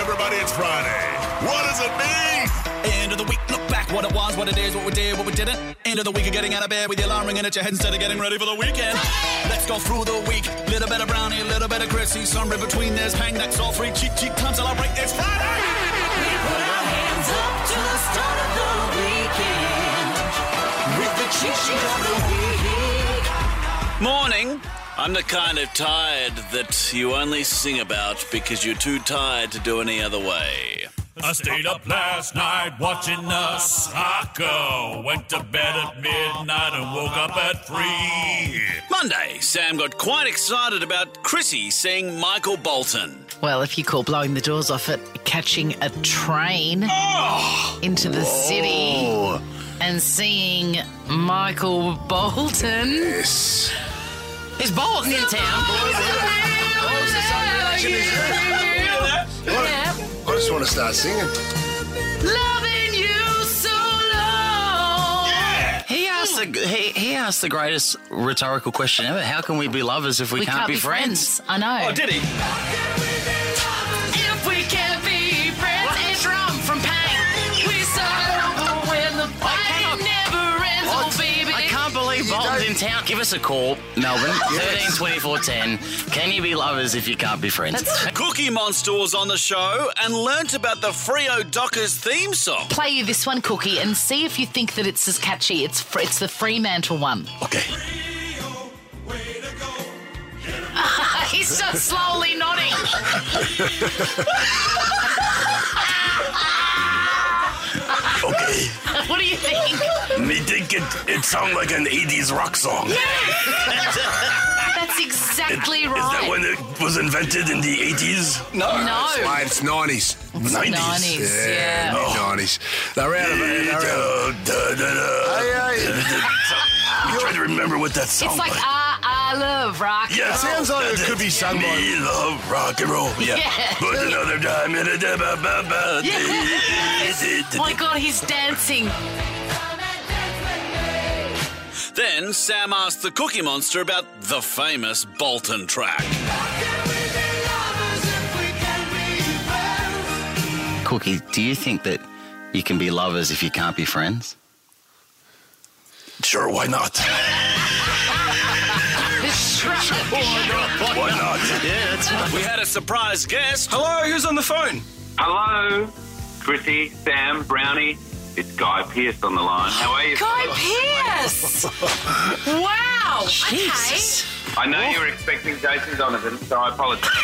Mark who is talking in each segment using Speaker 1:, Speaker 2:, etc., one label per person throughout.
Speaker 1: everybody. It's Friday. What does it mean?
Speaker 2: End of the week, look back what it was, what it is, what we did, what we didn't. End of the week of getting out of bed with your alarm ringing at your head instead of getting ready for the weekend. Let's go through the week. Little bit of brownie, little bit of grissy, somewhere between there's hang that's all free. Cheat, cheat, come celebrate. It's Friday.
Speaker 3: We put our hands up to the start of the weekend with the cheat sheet of the week.
Speaker 4: Morning. I'm the kind of tired that you only sing about because you're too tired to do any other way.
Speaker 5: I stayed up last night watching the soccer. Went to bed at midnight and woke up at three.
Speaker 4: Monday, Sam got quite excited about Chrissy seeing Michael Bolton.
Speaker 6: Well, if you call blowing the doors off it catching a train
Speaker 7: Oh!
Speaker 6: into the city and seeing Michael Bolton. Yes. Is Bolton in town?
Speaker 8: I just want to start singing.
Speaker 6: Loving you so long. Hmm.
Speaker 7: He asked the he, he asked the greatest rhetorical question ever. How can we be lovers if we,
Speaker 6: We can't, be friends. I
Speaker 7: Oh,
Speaker 6: know.
Speaker 4: he?
Speaker 6: If we can't be friends, it's wrong from pain. We start over when the fight
Speaker 7: cannot-
Speaker 6: never ends. Oh, baby.
Speaker 7: I can't believe Bolton's in town. Give us a call, Melbourne, thirteen twenty four ten. Can you be lovers if you can't be friends?
Speaker 4: Cookie Monster was on the show and learnt about the Frio Dockers theme song.
Speaker 6: Play you this one, Cookie, and see if you think that it's as catchy. It's fr- it's the Fremantle one.
Speaker 4: Okay.
Speaker 6: He's just slowly nodding.
Speaker 8: Okay.
Speaker 6: What do you think?
Speaker 8: Me think it, it sounds like an 80s rock song.
Speaker 6: That's exactly
Speaker 8: Is
Speaker 6: right.
Speaker 8: that when it was invented in the 80s?
Speaker 6: no.
Speaker 9: Why, it's 90s.
Speaker 8: 90s.
Speaker 6: 90s, yeah.
Speaker 8: Oh.
Speaker 9: 90s. They're out of it. They're out of it.
Speaker 8: Da, da, da, da.
Speaker 9: Hey, hey.
Speaker 8: I'm trying to remember what that sound
Speaker 6: It's like ah, I love rock.
Speaker 8: Yeah,
Speaker 9: It sounds like it could be sung by-
Speaker 8: We love rock and roll. Yeah.
Speaker 6: Yeah.
Speaker 8: Put another dime in a da ba ba ba.
Speaker 6: Oh my god, he's dancing.
Speaker 4: Then Sam asked the Cookie Monster about the famous Bolton track.
Speaker 7: Cookie, do you think that you can be lovers if you can't be friends?
Speaker 8: Sure, why not?
Speaker 6: The shrug.
Speaker 8: Why not?
Speaker 4: We had a surprise guest.
Speaker 10: Hello, who's on the phone?
Speaker 11: Hello, Chrissy, Sam, Brownie. It's Guy Pearce on the line. How are you?
Speaker 6: Guy Pearce. Wow.
Speaker 7: Jesus.
Speaker 11: I know you were expecting Jason Donovan, so I apologise.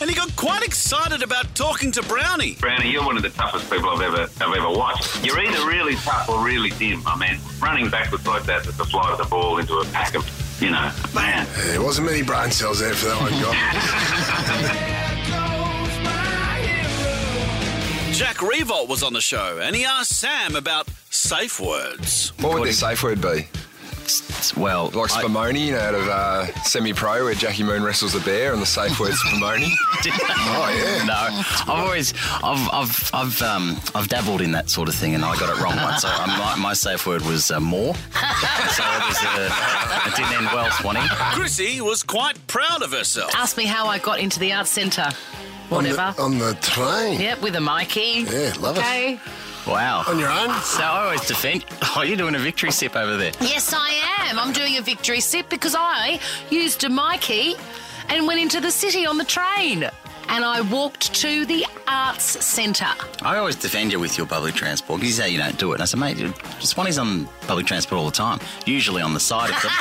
Speaker 4: And he got quite excited about talking to Brownie.
Speaker 11: Brownie, you're one of the toughest people I've ever I've ever watched. You're either really tough or really dim, my man. Running backwards like that with the fly of the ball into a pack of, you know, man.
Speaker 9: There wasn't many brain cells there for that one, God.
Speaker 4: Jack Revolt was on the show and he asked Sam about safe words.
Speaker 10: What would their safe word be?
Speaker 7: It's- Well,
Speaker 10: Like
Speaker 7: I-
Speaker 10: Spumoni, you know, out of uh, Semi Pro, where Jackie Moon wrestles a bear, and the safe word Spumoni.
Speaker 9: Oh, yeah.
Speaker 7: No, I've always, I've, I've, I've, um, I've dabbled in that sort of thing, and I got it wrong once. So um, my, my safe word was uh, more, so it, was, uh, it didn't end well. Swanee,
Speaker 4: Chrissy was quite proud of herself.
Speaker 6: Ask me how I got into the arts centre. Whatever.
Speaker 9: On the train.
Speaker 6: Yep, with a Mikey.
Speaker 9: Yeah, love it.
Speaker 6: Okay.
Speaker 7: wow.
Speaker 9: On your own?
Speaker 7: So I always defend. Oh, you're doing a victory sip over there.
Speaker 6: Yes, I am. I'm doing a victory sip because I used a Mikey and went into the city on the train. And I walked to the arts centre.
Speaker 7: I always defend you with your public transport. You say you don't do it. And I said, mate, you- Swanee's on public transport all the time, usually on the side of them.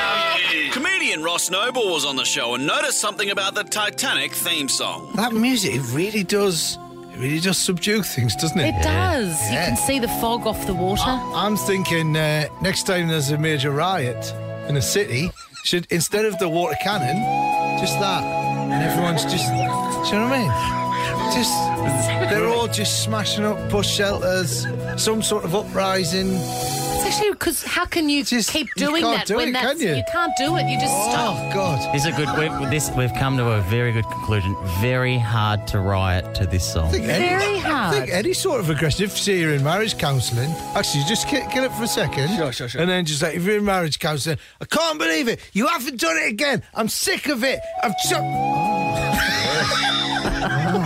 Speaker 7: um,
Speaker 4: Comedian Ross Noble was on the show and noticed something about the Titanic theme song.
Speaker 12: That music really does, it really does subdue things, doesn't it?
Speaker 6: does. You
Speaker 12: Yeah.
Speaker 6: can see the fog off the water.
Speaker 12: I'm thinking uh, next time there's a major riot in a city, should instead of the water cannon, just that, and everyone's just, do you know what I mean? Just they're all just smashing up bush shelters, some sort of uprising.
Speaker 6: It's actually because how can you
Speaker 12: Just-
Speaker 6: keep
Speaker 12: you
Speaker 6: doing
Speaker 12: can't
Speaker 6: that
Speaker 12: do
Speaker 6: when
Speaker 12: it,
Speaker 6: that's
Speaker 12: can you?
Speaker 6: can't do it. You just stop.
Speaker 12: Oh God!
Speaker 13: This is a good. We've, this we've come to a very good conclusion. Very hard to riot to this
Speaker 12: I
Speaker 13: song.
Speaker 12: think any-
Speaker 6: Very
Speaker 12: I
Speaker 6: hard.
Speaker 12: think any sort of aggressive, say you're in marriage counselling, actually just ki- kill it for a second. Sure, sure, sure. And then just like, if you're in marriage counselling, I can't believe it. You haven't done it again. I'm sick of it. I've just.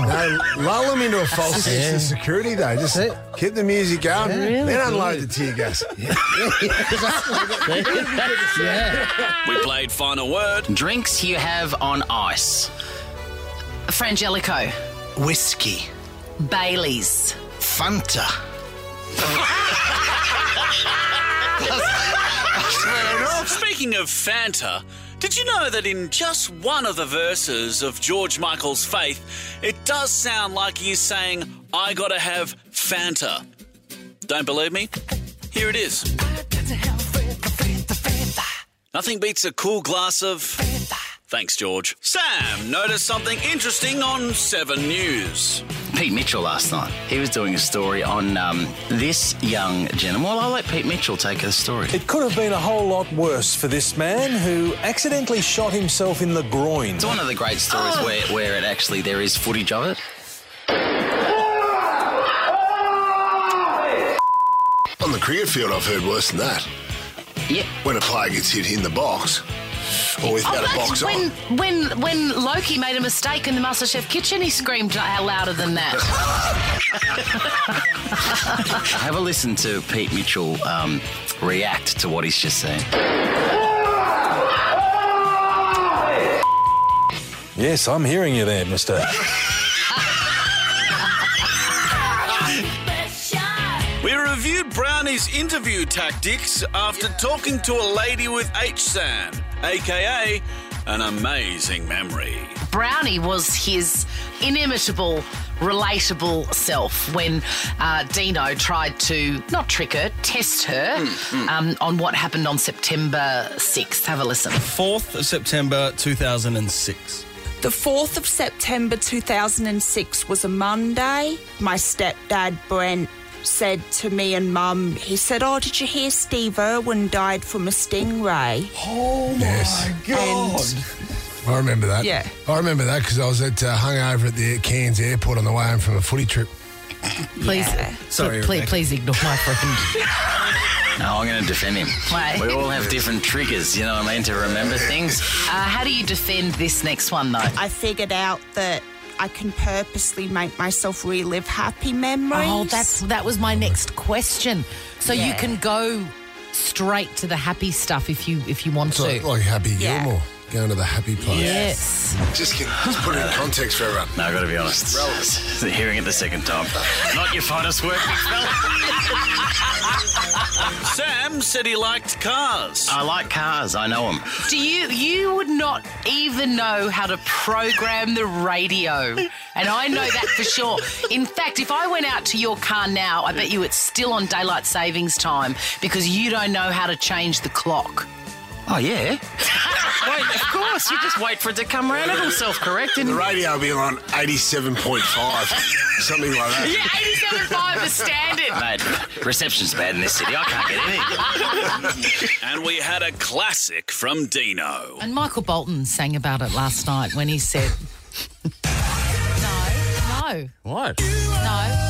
Speaker 9: no, lull them into a false
Speaker 12: That's it.
Speaker 9: sense of
Speaker 12: Yeah.
Speaker 9: security, though. Just keep the music going,
Speaker 12: Yeah. Really
Speaker 9: then unload
Speaker 12: good.
Speaker 9: the tear gas.
Speaker 4: We played Final Word.
Speaker 6: Drinks you have on ice. Frangelico.
Speaker 14: Whiskey.
Speaker 6: Bailey's.
Speaker 14: Fanta.
Speaker 4: Speaking of Fanta, did you know that in just one of the verses of George Michael's Faith, it does sound like he's saying, I gotta have Fanta? Don't believe me? Here it is. Nothing beats a cool glass of. Thanks, George. Sam noticed something interesting on 7 News.
Speaker 7: Pete Mitchell last night. He was doing a story on um, this young gentleman. Well, I'll let Pete Mitchell take the story.
Speaker 15: It could have been a whole lot worse for this man who accidentally shot himself in the groin.
Speaker 7: It's one of the great stories where, where it actually there is footage of it.
Speaker 9: On the cricket field, I've heard worse than that.
Speaker 6: Yeah.
Speaker 9: When a player gets hit in the box, or
Speaker 12: Oh,
Speaker 9: without a box on.
Speaker 6: Oh, when, when when Loki made a mistake in the Master Chef kitchen, he screamed out louder than that.
Speaker 7: Have a listen to Pete Mitchell um, react to what he's just saying.
Speaker 15: Yes, I'm hearing you there, mister.
Speaker 4: We reviewed Brownie's interview tactics after talking to a lady with HSAN, aka an amazing memory.
Speaker 6: Brownie was his inimitable, relatable self when uh, Dino tried to not trick her, test
Speaker 9: Hmm,
Speaker 6: her Um, on what happened on September 6th. Have a listen.
Speaker 16: 4th of September 2006.
Speaker 17: The 4th of September 2006 was a Monday. My stepdad, Brent, said to me and mum, he said, Oh, did you hear Steve Irwin died from a stingray? Oh my
Speaker 9: God. I remember that.
Speaker 17: Yeah.
Speaker 9: I remember that because I was at uh, hungover at the Cairns airport on the way home from a footy trip.
Speaker 6: Please,
Speaker 9: Sorry,
Speaker 6: please,
Speaker 9: Rebecca.
Speaker 6: please ignore my friend.
Speaker 7: No, I'm going to defend him.
Speaker 6: Why?
Speaker 7: We all have different triggers, you know what I mean, to remember things.
Speaker 6: Uh, how do you defend this next one, though?
Speaker 17: I figured out that I can purposely make myself relive happy memories.
Speaker 14: Oh, that's that was my next question. So you
Speaker 17: Yeah.
Speaker 14: can go straight to the happy stuff if you if you want
Speaker 9: It's
Speaker 14: to.
Speaker 9: like, like Happy Gilmore going to the happy place.
Speaker 14: Yes.
Speaker 9: Just, can, just put it in context for everyone.
Speaker 7: No, I've got to be honest. Hearing it the second time. Not your finest work.
Speaker 4: Sam said he liked cars.
Speaker 7: I like cars. I know them.
Speaker 6: Do you you would not even know how to program the radio. And I know that for sure. In fact, if I went out to your car now, I bet you it's still on daylight savings time because you don't know how to change the clock.
Speaker 7: Oh yeah. Wait, of course. You just wait for it to come round. It'll self-correct.
Speaker 9: The radio will be on 87.5, something like that.
Speaker 6: Yeah, 87.5 is standard.
Speaker 7: Mate, reception's bad in this city. I can't get anything.
Speaker 4: And we had a classic from Dino.
Speaker 14: And Michael Bolton sang about it last night when he said, "No, no,
Speaker 13: What?
Speaker 14: no."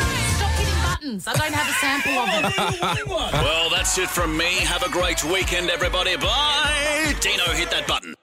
Speaker 14: Stop hitting buttons. I don't have a sample of them.
Speaker 4: well, that's it from me. Have a great weekend, everybody. Bye. Dino, hit that button.